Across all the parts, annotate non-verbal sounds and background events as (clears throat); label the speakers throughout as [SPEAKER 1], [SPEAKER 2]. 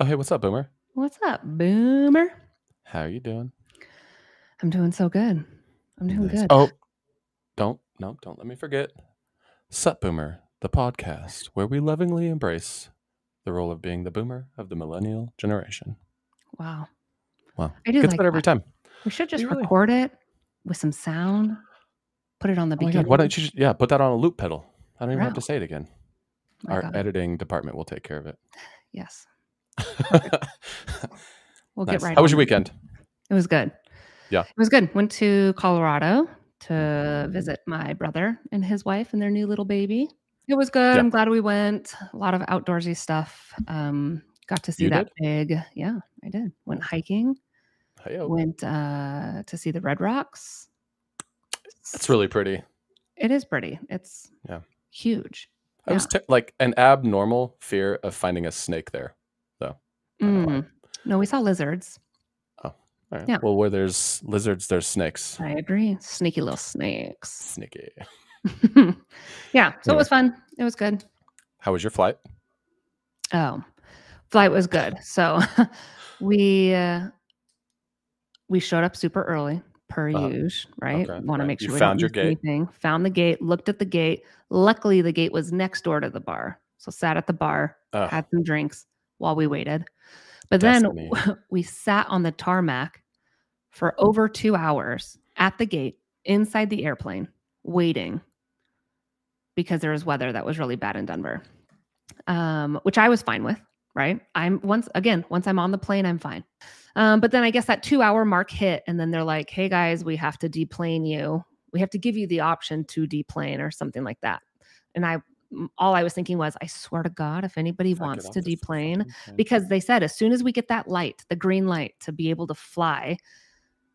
[SPEAKER 1] Oh, hey, what's up, Boomer?
[SPEAKER 2] What's up, Boomer?
[SPEAKER 1] How are you doing?
[SPEAKER 2] I'm doing so good. I'm doing
[SPEAKER 1] Nice.
[SPEAKER 2] good.
[SPEAKER 1] Oh, don't, no, don't let me forget. Sup Boomer, the podcast where we lovingly embrace the role of being the boomer of the millennial generation.
[SPEAKER 2] Wow.
[SPEAKER 1] Wow.
[SPEAKER 2] I do
[SPEAKER 1] Gets
[SPEAKER 2] like
[SPEAKER 1] better every
[SPEAKER 2] that.
[SPEAKER 1] time.
[SPEAKER 2] We should just
[SPEAKER 1] you really-
[SPEAKER 2] record it with some sound, put it on the
[SPEAKER 1] Oh my
[SPEAKER 2] beginning.
[SPEAKER 1] God, why don't you, just, yeah, put that on a loop pedal. I don't even have to
[SPEAKER 2] Wow. Oh
[SPEAKER 1] say it again.
[SPEAKER 2] My
[SPEAKER 1] Our
[SPEAKER 2] God.
[SPEAKER 1] editing department will take care
[SPEAKER 2] (laughs)
[SPEAKER 1] of it.
[SPEAKER 2] Yes. We'll
[SPEAKER 1] (laughs) nice.
[SPEAKER 2] get right
[SPEAKER 1] How was your
[SPEAKER 2] on it.
[SPEAKER 1] weekend?
[SPEAKER 2] It was good.
[SPEAKER 1] Yeah.
[SPEAKER 2] It was good. Went to Colorado to visit my brother and his wife and their new little baby. It was good.
[SPEAKER 1] Yeah.
[SPEAKER 2] I'm glad we went. A lot of outdoorsy stuff. Um, got to see
[SPEAKER 1] You
[SPEAKER 2] that big. Yeah, I did. Went hiking.
[SPEAKER 1] Hey-o.
[SPEAKER 2] Went uh, to see the Red Rocks.
[SPEAKER 1] That's really pretty.
[SPEAKER 2] It is pretty. It's
[SPEAKER 1] Yeah.
[SPEAKER 2] huge.
[SPEAKER 1] I was ter- like an abnormal fear of finding a snake there. I know why.
[SPEAKER 2] Mm. No, we saw lizards.
[SPEAKER 1] All right.
[SPEAKER 2] Yeah.
[SPEAKER 1] Well, where there's lizards, there's snakes. (laughs)
[SPEAKER 2] I agree. Sneaky little snakes. (laughs)
[SPEAKER 1] Sneaky.
[SPEAKER 2] yeah. So
[SPEAKER 1] Anyway.
[SPEAKER 2] it was fun. It was good.
[SPEAKER 1] How was your flight?
[SPEAKER 2] Oh, flight was good. So (laughs) we uh, we showed up super early per
[SPEAKER 1] Uh-huh.
[SPEAKER 2] usual, right?
[SPEAKER 1] Okay,
[SPEAKER 2] Want
[SPEAKER 1] right.
[SPEAKER 2] to make
[SPEAKER 1] You
[SPEAKER 2] sure we
[SPEAKER 1] found
[SPEAKER 2] don't
[SPEAKER 1] your
[SPEAKER 2] miss
[SPEAKER 1] gate.
[SPEAKER 2] anything. Found the gate. Looked at the gate. Luckily, the gate was next door to the bar. So sat at the bar,
[SPEAKER 1] Uh,
[SPEAKER 2] had some drinks while we waited. But (laughs)
[SPEAKER 1] Destiny.
[SPEAKER 2] then we sat on the tarmac for over two hours at the gate inside the airplane waiting because there was weather that was really bad in Denver, um, which I was fine with. Right. I'm once again, once I'm on the plane, I'm fine. Um, but then I guess that two hour mark hit, and then they're like, hey guys, we have to deplane you. We have to give you the option to deplane or something like that. And I, m- all I was thinking was, I swear to God, if anybody
[SPEAKER 1] If I
[SPEAKER 2] wants
[SPEAKER 1] get
[SPEAKER 2] to
[SPEAKER 1] off this
[SPEAKER 2] deplane,
[SPEAKER 1] fucking plane.
[SPEAKER 2] because they said as soon as we get that light, the green light to be able to fly,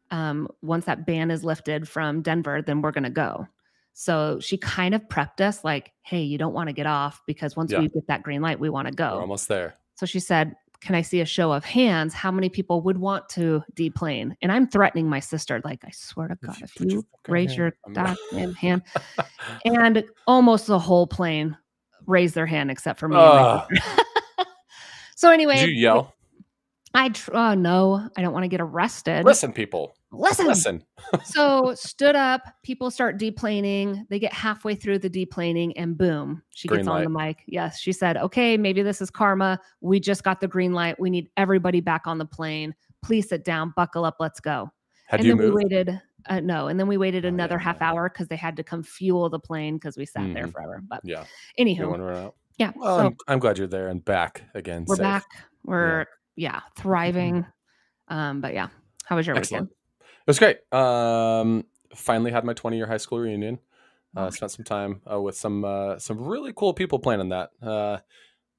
[SPEAKER 2] um, once that ban is lifted from Denver, then we're going to go. So she kind of prepped us like, hey, you don't want to get off because once
[SPEAKER 1] Yeah.
[SPEAKER 2] we get that green light, we want to
[SPEAKER 1] we're
[SPEAKER 2] go.
[SPEAKER 1] almost there.
[SPEAKER 2] So she said, can I see a show of hands? How many people would want to deplane? And I'm threatening my sister, like, I swear to
[SPEAKER 1] If
[SPEAKER 2] God,
[SPEAKER 1] you
[SPEAKER 2] if
[SPEAKER 1] put your
[SPEAKER 2] you
[SPEAKER 1] fucking
[SPEAKER 2] raise
[SPEAKER 1] hand
[SPEAKER 2] your
[SPEAKER 1] up, I'm not- (laughs)
[SPEAKER 2] goddamn hand. And almost the whole plane raised their hand except for me. and my
[SPEAKER 1] Ah,
[SPEAKER 2] so anyway,
[SPEAKER 1] did you yell?
[SPEAKER 2] I tr- uh, no, I don't want to get arrested.
[SPEAKER 1] Listen, people.
[SPEAKER 2] listen.
[SPEAKER 1] Listen. (laughs)
[SPEAKER 2] so stood up. People start deplaning. They get halfway through the deplaning, and boom, she
[SPEAKER 1] Green
[SPEAKER 2] gets on the mic. Yes, she said, "Okay, maybe this is karma. We just got the green light. We need everybody back on the plane. Please sit down, buckle up, let's go."
[SPEAKER 1] Had
[SPEAKER 2] and
[SPEAKER 1] you
[SPEAKER 2] then we
[SPEAKER 1] moved?
[SPEAKER 2] waited. Uh, no, and then we waited
[SPEAKER 1] Oh, yeah,
[SPEAKER 2] another half
[SPEAKER 1] yeah.
[SPEAKER 2] hour because they had to come fuel the plane because we sat there
[SPEAKER 1] Mhm.
[SPEAKER 2] forever. But
[SPEAKER 1] Yeah. You
[SPEAKER 2] anywho,
[SPEAKER 1] want to run out?
[SPEAKER 2] yeah.
[SPEAKER 1] Well,
[SPEAKER 2] so-
[SPEAKER 1] I'm, I'm glad you're there and back again.
[SPEAKER 2] we're
[SPEAKER 1] safe. Mm-hmm.
[SPEAKER 2] back. We're yeah, thriving. Um, but yeah, how was your
[SPEAKER 1] Excellent.
[SPEAKER 2] weekend?
[SPEAKER 1] It was great. Um, finally had my 20 year high school reunion. Uh,
[SPEAKER 2] Nice.
[SPEAKER 1] spent some time uh, with some uh, some really cool people planning that. Uh,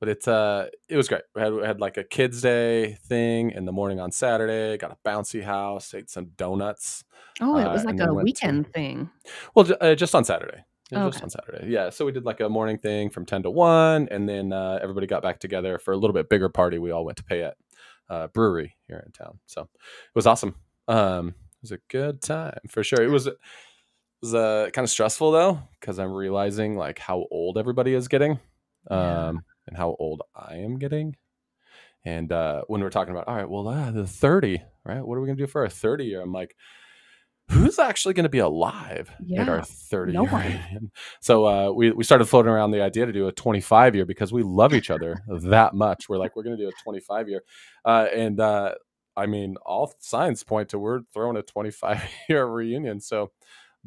[SPEAKER 1] but it uh, it was great. We had, we had like a kids day thing in the morning on Saturday. Got a bouncy house. Ate some donuts.
[SPEAKER 2] Oh, it
[SPEAKER 1] Uh,
[SPEAKER 2] was
[SPEAKER 1] and
[SPEAKER 2] like
[SPEAKER 1] then
[SPEAKER 2] a
[SPEAKER 1] went to-
[SPEAKER 2] weekend thing.
[SPEAKER 1] Well, ju- uh, just on Saturday. Yeah,
[SPEAKER 2] Oh,
[SPEAKER 1] Just
[SPEAKER 2] okay.
[SPEAKER 1] on Saturday. Yeah. So we did like a morning thing from 10 to 1, and then uh, everybody got back together for a little bit bigger party. We all went to Payette uh, Brewery here in town. So it was awesome. Um, it was a good time for sure. It was, it was uh, kind of stressful though, because I'm realizing like how old everybody is getting um,
[SPEAKER 2] Yeah.
[SPEAKER 1] and how old I am getting. And uh, when we're talking about, all right, well, uh, the 30, right? What are we going to do for our 30 year? I'm like, who's actually going to be alive at our
[SPEAKER 2] Yeah,
[SPEAKER 1] 30
[SPEAKER 2] no
[SPEAKER 1] year?
[SPEAKER 2] one.
[SPEAKER 1] reunion? (laughs) So uh, we, we started floating around the idea to do a 25 year because we love each other that much. We're like, we're going to do a 25 year. Uh, and uh, I mean, all signs point to we're throwing a 25 (laughs) year reunion. So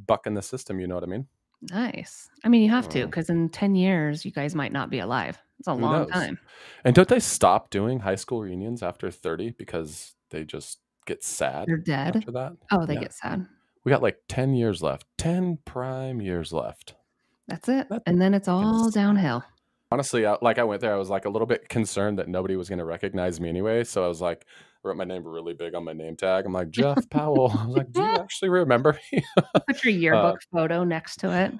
[SPEAKER 1] bucking the system, you know what I mean?
[SPEAKER 2] Nice. I mean, you have to
[SPEAKER 1] Mm.
[SPEAKER 2] because in ten years, you guys might not be alive. It's a
[SPEAKER 1] Who
[SPEAKER 2] long
[SPEAKER 1] knows?
[SPEAKER 2] time.
[SPEAKER 1] And don't they stop doing high school reunions after 30 because they just get sad
[SPEAKER 2] You're dead.
[SPEAKER 1] after that?
[SPEAKER 2] Oh, they
[SPEAKER 1] Yeah.
[SPEAKER 2] get sad.
[SPEAKER 1] We got like 10 years left, 10 prime years left.
[SPEAKER 2] That's it.
[SPEAKER 1] That
[SPEAKER 2] and then it's all
[SPEAKER 1] suck.
[SPEAKER 2] downhill.
[SPEAKER 1] Honestly, I, like I went there, I was like a little bit concerned that nobody was going to recognize me anyway. So I was like, wrote my name really big on my name tag. I'm like,
[SPEAKER 2] (laughs)
[SPEAKER 1] Jeff Powell. I was like, do you actually remember me?
[SPEAKER 2] Put
[SPEAKER 1] Uh,
[SPEAKER 2] your yearbook photo next to it.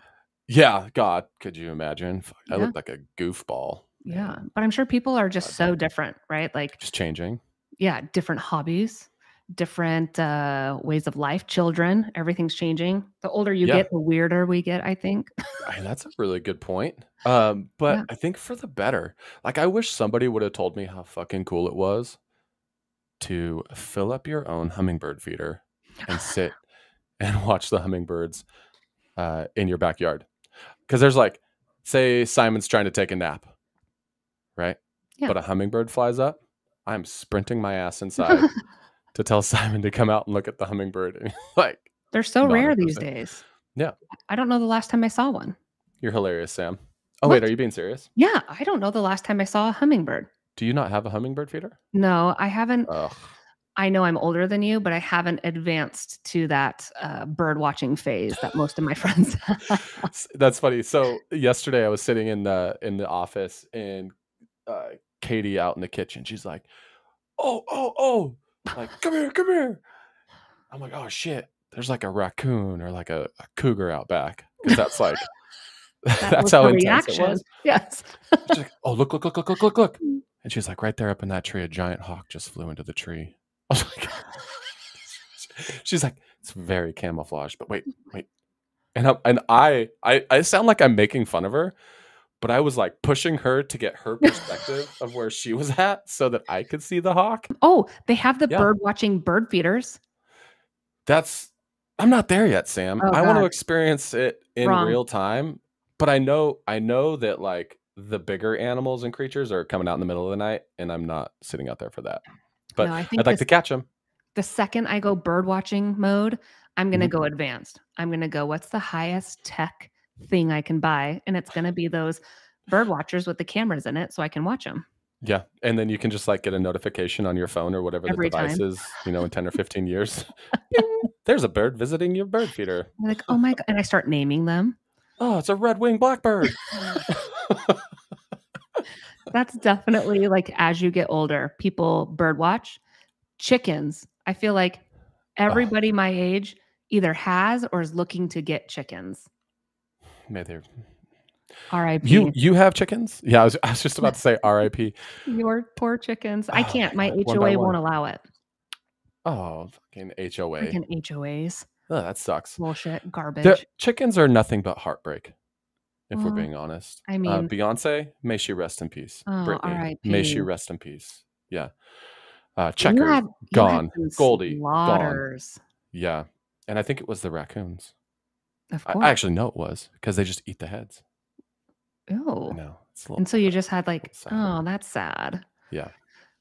[SPEAKER 1] yeah, God, could you imagine? Fuck, I
[SPEAKER 2] Yeah.
[SPEAKER 1] looked like a goofball.
[SPEAKER 2] Yeah. But I'm sure people are just
[SPEAKER 1] I
[SPEAKER 2] so different, right? Like,
[SPEAKER 1] Just changing.
[SPEAKER 2] yeah, different hobbies, different uh, ways of life, children, everything's changing. The older you
[SPEAKER 1] Yeah.
[SPEAKER 2] get, the weirder we get, I think. (laughs)
[SPEAKER 1] Hey, that's a really good point. Um, but
[SPEAKER 2] Yeah.
[SPEAKER 1] I think for the better. Like I wish somebody would have told me how fucking cool it was to fill up your own hummingbird feeder and
[SPEAKER 2] (laughs)
[SPEAKER 1] sit and watch the hummingbirds uh, in your backyard. Because there's like, say Simon's trying to take a nap, right?
[SPEAKER 2] Yeah.
[SPEAKER 1] But a hummingbird flies up. I'm sprinting my ass
[SPEAKER 2] (laughs)
[SPEAKER 1] inside to tell Simon to come out and look at the hummingbird. (laughs) And like,
[SPEAKER 2] They're so rare these
[SPEAKER 1] 100%.
[SPEAKER 2] days.
[SPEAKER 1] Yeah.
[SPEAKER 2] I don't know the last time I saw one.
[SPEAKER 1] you're hilarious, Sam. Oh, wait,
[SPEAKER 2] What?
[SPEAKER 1] are you being serious?
[SPEAKER 2] Yeah, I don't know the last time I saw a hummingbird.
[SPEAKER 1] Do you not have a hummingbird feeder?
[SPEAKER 2] No, I haven't.
[SPEAKER 1] Ugh.
[SPEAKER 2] I know I'm older than you, but I haven't advanced to that uh, bird watching phase that most of my (laughs)
[SPEAKER 1] (laughs)
[SPEAKER 2] friends have.
[SPEAKER 1] (laughs) S- That's funny. So yesterday I was sitting in the in the office and uh, Katie out in the kitchen. She's like, "Oh, oh, oh!" Like, "Come here, come here!" I'm like, "Oh shit!" There's like a raccoon or like a, a cougar out back because that's like (laughs) that's
[SPEAKER 2] was
[SPEAKER 1] how
[SPEAKER 2] her
[SPEAKER 1] intense it was.
[SPEAKER 2] Yes.
[SPEAKER 1] She's like, "Oh, look, look, look, look, look, look, look!" And she's like, "Right there, up in that tree, a giant hawk just flew into the tree." (laughs) I was like, "She's like, it's very camouflaged." But wait, wait, and i and I, I, I sound like I'm making fun of her, but I was like pushing her to get her perspective of where she was at so that I could see the hawk.
[SPEAKER 2] Oh, they have the
[SPEAKER 1] Yeah.
[SPEAKER 2] bird watching bird feeders.
[SPEAKER 1] That's I'm not there yet, Sam.
[SPEAKER 2] Oh,
[SPEAKER 1] I want to
[SPEAKER 2] God.
[SPEAKER 1] experience it in
[SPEAKER 2] Wrong.
[SPEAKER 1] real time, but I know I know that like the bigger animals and creatures are coming out in the middle of the night, and I'm not sitting out there for that. But
[SPEAKER 2] no, I think
[SPEAKER 1] I'd like
[SPEAKER 2] this-
[SPEAKER 1] to catch them.
[SPEAKER 2] the second I go bird watching mode, I'm going to
[SPEAKER 1] Mm-hmm.
[SPEAKER 2] go advanced. I'm going to go, what's the highest tech thing I can buy? And it's going to be those bird watchers with the cameras in it so I can watch them.
[SPEAKER 1] Yeah, and then you can just like get a notification on your phone or whatever
[SPEAKER 2] Every
[SPEAKER 1] the device
[SPEAKER 2] time.
[SPEAKER 1] is, you know, in
[SPEAKER 2] (laughs)
[SPEAKER 1] ten or fifteen years. (laughs) Ding! There's a bird visiting your bird feeder.
[SPEAKER 2] I'm like,
[SPEAKER 1] (laughs)
[SPEAKER 2] oh my God. And I start naming them.
[SPEAKER 1] Oh, it's a red-winged blackbird.
[SPEAKER 2] That's definitely like as you get older, people bird watch chickens. I feel like everybody my age either has or is looking to get chickens.
[SPEAKER 1] May
[SPEAKER 2] (laughs)
[SPEAKER 1] they-
[SPEAKER 2] RIP.
[SPEAKER 1] You you have chickens? Yeah, I was, I was just about to say R.I.P.
[SPEAKER 2] Your poor chickens. I
[SPEAKER 1] Oh my
[SPEAKER 2] can't. My,
[SPEAKER 1] God, one by
[SPEAKER 2] HOA
[SPEAKER 1] one.
[SPEAKER 2] won't allow it.
[SPEAKER 1] Oh, fucking HOA.
[SPEAKER 2] Freaking HOAs.
[SPEAKER 1] Ugh, that sucks.
[SPEAKER 2] Bullshit. Garbage.
[SPEAKER 1] The chickens are nothing but heartbreak, if we're
[SPEAKER 2] Well,
[SPEAKER 1] being honest.
[SPEAKER 2] I
[SPEAKER 1] uh,
[SPEAKER 2] mean-
[SPEAKER 1] Beyonce, may she rest in peace.
[SPEAKER 2] Oh,
[SPEAKER 1] Brittany,
[SPEAKER 2] R.I.P..
[SPEAKER 1] may she rest in peace. Yeah. Uh,
[SPEAKER 2] And you
[SPEAKER 1] Checker,
[SPEAKER 2] had- you had
[SPEAKER 1] gone.
[SPEAKER 2] some
[SPEAKER 1] Goldie, gone.
[SPEAKER 2] slaughters,
[SPEAKER 1] yeah. And I think it was the raccoons.
[SPEAKER 2] Of
[SPEAKER 1] I,
[SPEAKER 2] course.
[SPEAKER 1] I actually know it was because they just eat the heads.
[SPEAKER 2] Ew.
[SPEAKER 1] No, it's a little.
[SPEAKER 2] And so you just had like,
[SPEAKER 1] Sad.
[SPEAKER 2] oh, that's sad.
[SPEAKER 1] Yeah.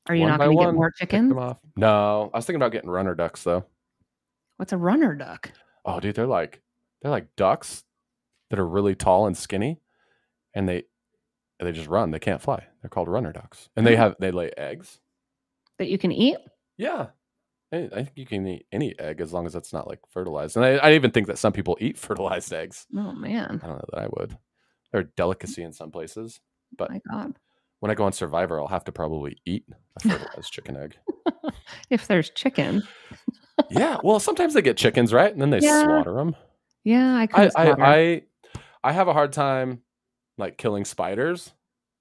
[SPEAKER 2] Are you
[SPEAKER 1] One
[SPEAKER 2] not
[SPEAKER 1] by
[SPEAKER 2] going to get
[SPEAKER 1] one,
[SPEAKER 2] more
[SPEAKER 1] pick 'em
[SPEAKER 2] chickens?
[SPEAKER 1] off. No, I was thinking about getting runner ducks though.
[SPEAKER 2] What's a runner duck?
[SPEAKER 1] Oh, dude, they're like they're like ducks that are really tall and skinny, and they they just run. They can't fly. They're called runner ducks, and they
[SPEAKER 2] Oh.
[SPEAKER 1] have they lay eggs.
[SPEAKER 2] That you can eat?
[SPEAKER 1] Yeah. I I think you can eat any egg as long as it's not like fertilized. And I, I even think that some people eat fertilized eggs.
[SPEAKER 2] Oh, man.
[SPEAKER 1] I don't know that I would. They're a delicacy in some places. But-
[SPEAKER 2] My God.
[SPEAKER 1] When I go on Survivor, I'll have to probably eat a
[SPEAKER 2] (laughs)
[SPEAKER 1] fertilized chicken egg.
[SPEAKER 2] If there's chicken.
[SPEAKER 1] Yeah. Well, sometimes they get chickens, right? And then they
[SPEAKER 2] Yeah.
[SPEAKER 1] slaughter them.
[SPEAKER 2] Yeah, I
[SPEAKER 1] I,
[SPEAKER 2] could.
[SPEAKER 1] I, I, I have a hard time like killing spiders.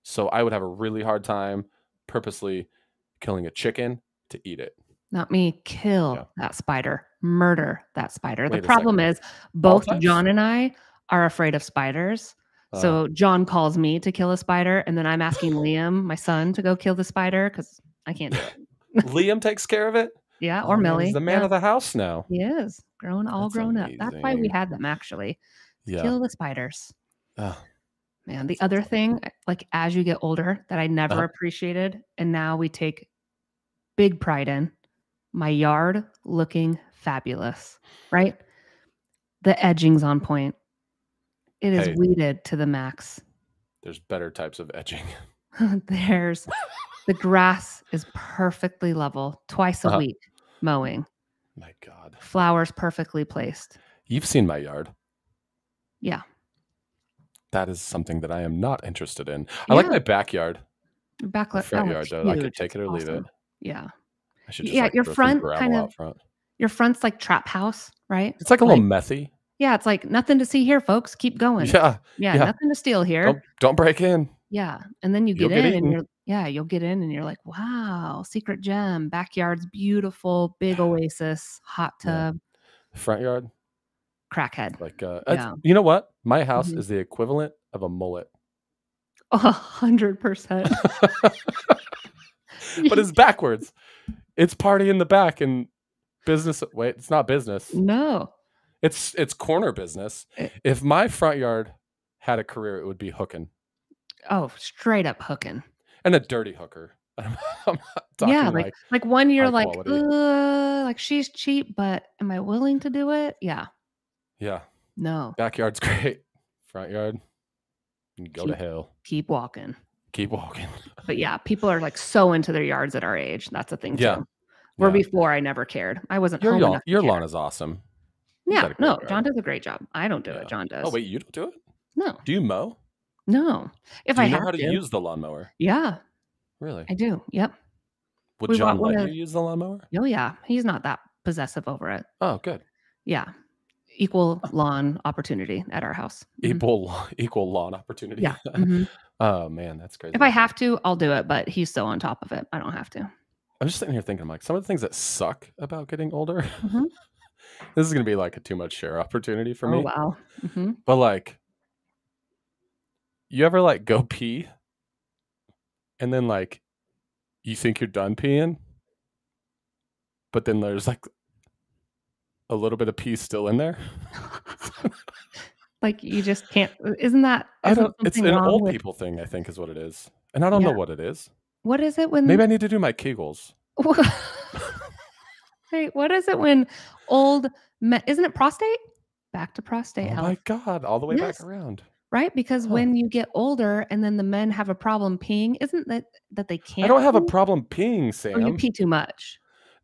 [SPEAKER 1] So I would have a really hard time purposely killing a chicken to eat it.
[SPEAKER 2] Not me. Kill
[SPEAKER 1] Yeah.
[SPEAKER 2] that spider. Murder that spider.
[SPEAKER 1] Wait a
[SPEAKER 2] the problem
[SPEAKER 1] second.
[SPEAKER 2] is both
[SPEAKER 1] types?
[SPEAKER 2] John and I are afraid of spiders.
[SPEAKER 1] Uh,
[SPEAKER 2] So John calls me to kill a spider, and then I'm asking Liam, my son, to go kill the spider because I can't do it.
[SPEAKER 1] Liam takes care of it.
[SPEAKER 2] Yeah,
[SPEAKER 1] Oh,
[SPEAKER 2] (laughs) or
[SPEAKER 1] man,
[SPEAKER 2] Millie.
[SPEAKER 1] He's the man
[SPEAKER 2] yeah.
[SPEAKER 1] of the house now.
[SPEAKER 2] He is grown, all
[SPEAKER 1] That's
[SPEAKER 2] grown up. That's why we
[SPEAKER 1] amazing.
[SPEAKER 2] had them actually.
[SPEAKER 1] Yeah. Ah.
[SPEAKER 2] Kill the spiders.
[SPEAKER 1] Ugh.
[SPEAKER 2] Man, the other thing, eh, like as you get older, that I never
[SPEAKER 1] Uh-huh.
[SPEAKER 2] appreciated, and now we take big pride in my yard looking fabulous, right? The edging's on point. It is
[SPEAKER 1] Hey.
[SPEAKER 2] weeded to the max. (laughs)
[SPEAKER 1] There's better types of etching.
[SPEAKER 2] There's the grass is perfectly level, twice a
[SPEAKER 1] Uh-huh.
[SPEAKER 2] week mowing,
[SPEAKER 1] (laughs) My God.
[SPEAKER 2] flowers perfectly placed.
[SPEAKER 1] You've seen my yard.
[SPEAKER 2] Yeah.
[SPEAKER 1] That is something that I am not interested in. I like
[SPEAKER 2] Yeah.
[SPEAKER 1] my backyard.
[SPEAKER 2] Your
[SPEAKER 1] My
[SPEAKER 2] Back
[SPEAKER 1] front
[SPEAKER 2] oh,
[SPEAKER 1] yard,
[SPEAKER 2] it's
[SPEAKER 1] though. I could
[SPEAKER 2] huge.
[SPEAKER 1] take
[SPEAKER 2] It's
[SPEAKER 1] it or leave it.
[SPEAKER 2] awesome. Yeah.
[SPEAKER 1] I should just
[SPEAKER 2] Yeah,
[SPEAKER 1] like,
[SPEAKER 2] your
[SPEAKER 1] throw some
[SPEAKER 2] front
[SPEAKER 1] gravel
[SPEAKER 2] kind
[SPEAKER 1] out
[SPEAKER 2] of-
[SPEAKER 1] front.
[SPEAKER 2] Your front's like trap house, right?
[SPEAKER 1] It's like a little methy.
[SPEAKER 2] Yeah, it's like nothing to see here,
[SPEAKER 1] (laughs)
[SPEAKER 2] folks. Keep going. Yeah,
[SPEAKER 1] Yeah. yeah.
[SPEAKER 2] nothing to steal here.
[SPEAKER 1] Don't don't break in.
[SPEAKER 2] Yeah. And then you
[SPEAKER 1] You'll
[SPEAKER 2] get,
[SPEAKER 1] get
[SPEAKER 2] in
[SPEAKER 1] eaten.
[SPEAKER 2] and you're yeah, you'll get in and you're like, wow, secret gem, backyard's beautiful, big oasis, hot
[SPEAKER 1] Yeah.
[SPEAKER 2] tub,
[SPEAKER 1] Front yard,
[SPEAKER 2] crackhead. (laughs)
[SPEAKER 1] like uh, it's-
[SPEAKER 2] Yeah.
[SPEAKER 1] you know what? My house
[SPEAKER 2] Mhm.
[SPEAKER 1] is the equivalent of a
[SPEAKER 2] (laughs)
[SPEAKER 1] mullet, (laughs)
[SPEAKER 2] A hundred percent.
[SPEAKER 1] but it's backwards. It's party in the back and business. Wait, it's not business.
[SPEAKER 2] no.
[SPEAKER 1] It's it's corner business.
[SPEAKER 2] Eh.
[SPEAKER 1] If my front yard had a career, it would be hooking
[SPEAKER 2] Oh, straight up hooking.
[SPEAKER 1] and a dirty hooker. (laughs) I'm not talking
[SPEAKER 2] yeah, like,
[SPEAKER 1] like,
[SPEAKER 2] like one year,
[SPEAKER 1] high
[SPEAKER 2] like
[SPEAKER 1] quality.
[SPEAKER 2] uh, like she's cheap, but am I willing to do it? Yeah,
[SPEAKER 1] yeah,
[SPEAKER 2] no,
[SPEAKER 1] backyard's (laughs) great, front yard, you can go to
[SPEAKER 2] Keep-
[SPEAKER 1] hell.
[SPEAKER 2] keep walking.
[SPEAKER 1] Keep walking.
[SPEAKER 2] But yeah, people are like so into their yards at our age. That's a thing.
[SPEAKER 1] Yeah,
[SPEAKER 2] too. Where
[SPEAKER 1] Yeah.
[SPEAKER 2] before I never cared. I wasn't
[SPEAKER 1] your
[SPEAKER 2] home
[SPEAKER 1] lawn,
[SPEAKER 2] enough to
[SPEAKER 1] your
[SPEAKER 2] care.
[SPEAKER 1] lawn is awesome. He's got
[SPEAKER 2] Yeah,
[SPEAKER 1] a great
[SPEAKER 2] no,
[SPEAKER 1] yard.
[SPEAKER 2] John does a great job. I don't do
[SPEAKER 1] Yeah.
[SPEAKER 2] it. John does.
[SPEAKER 1] Oh wait, you don't do it?
[SPEAKER 2] no,
[SPEAKER 1] Do you mow?
[SPEAKER 2] no. If
[SPEAKER 1] do
[SPEAKER 2] I
[SPEAKER 1] you know
[SPEAKER 2] have
[SPEAKER 1] how to, use the lawnmower?
[SPEAKER 2] yeah,
[SPEAKER 1] Really?
[SPEAKER 2] I do. Yep.
[SPEAKER 1] Would
[SPEAKER 2] we
[SPEAKER 1] John
[SPEAKER 2] want one
[SPEAKER 1] let
[SPEAKER 2] of-
[SPEAKER 1] you use the lawnmower?
[SPEAKER 2] Oh yeah, he's not that possessive over it.
[SPEAKER 1] Oh, good.
[SPEAKER 2] Yeah, equal
[SPEAKER 1] Oh.
[SPEAKER 2] lawn opportunity at our house. Mhm.
[SPEAKER 1] (laughs) Equal law- equal lawn opportunity.
[SPEAKER 2] Yeah. mhm.
[SPEAKER 1] oh man, that's crazy.
[SPEAKER 2] If I have to, I'll do it, but he's so on top of it. I don't have to.
[SPEAKER 1] I'm just sitting here thinking, I'm like, some of the things that suck about getting older.
[SPEAKER 2] Mhm.
[SPEAKER 1] (laughs) this is gonna be like a too much share opportunity for
[SPEAKER 2] oh,
[SPEAKER 1] me.
[SPEAKER 2] wow. hmm
[SPEAKER 1] But like, you ever like go pee, and then like, you think you're done peeing, but then there's like a little bit of pee still in there.
[SPEAKER 2] Like you just can't. uh, Isn't that?
[SPEAKER 1] I
[SPEAKER 2] isn't
[SPEAKER 1] don't. It's
[SPEAKER 2] something
[SPEAKER 1] an
[SPEAKER 2] wrong
[SPEAKER 1] old
[SPEAKER 2] with-
[SPEAKER 1] people thing, I think, is what it is, and I don't
[SPEAKER 2] Yeah. Mm-hmm.
[SPEAKER 1] know what it is.
[SPEAKER 2] What is it when?
[SPEAKER 1] Maybe I need to do my Kegels.
[SPEAKER 2] (laughs) Wait, what is it when old? Me- isn't it prostate? Back to prostate
[SPEAKER 1] oh
[SPEAKER 2] health,
[SPEAKER 1] my god! All the way
[SPEAKER 2] Yes.
[SPEAKER 1] back around.
[SPEAKER 2] right? Because
[SPEAKER 1] Huh.
[SPEAKER 2] when you get older, and then the men have a problem peeing, isn't that that they can't?
[SPEAKER 1] I don't have a
[SPEAKER 2] pee?
[SPEAKER 1] problem peeing,
[SPEAKER 2] Or you
[SPEAKER 1] Sam.
[SPEAKER 2] pee too much,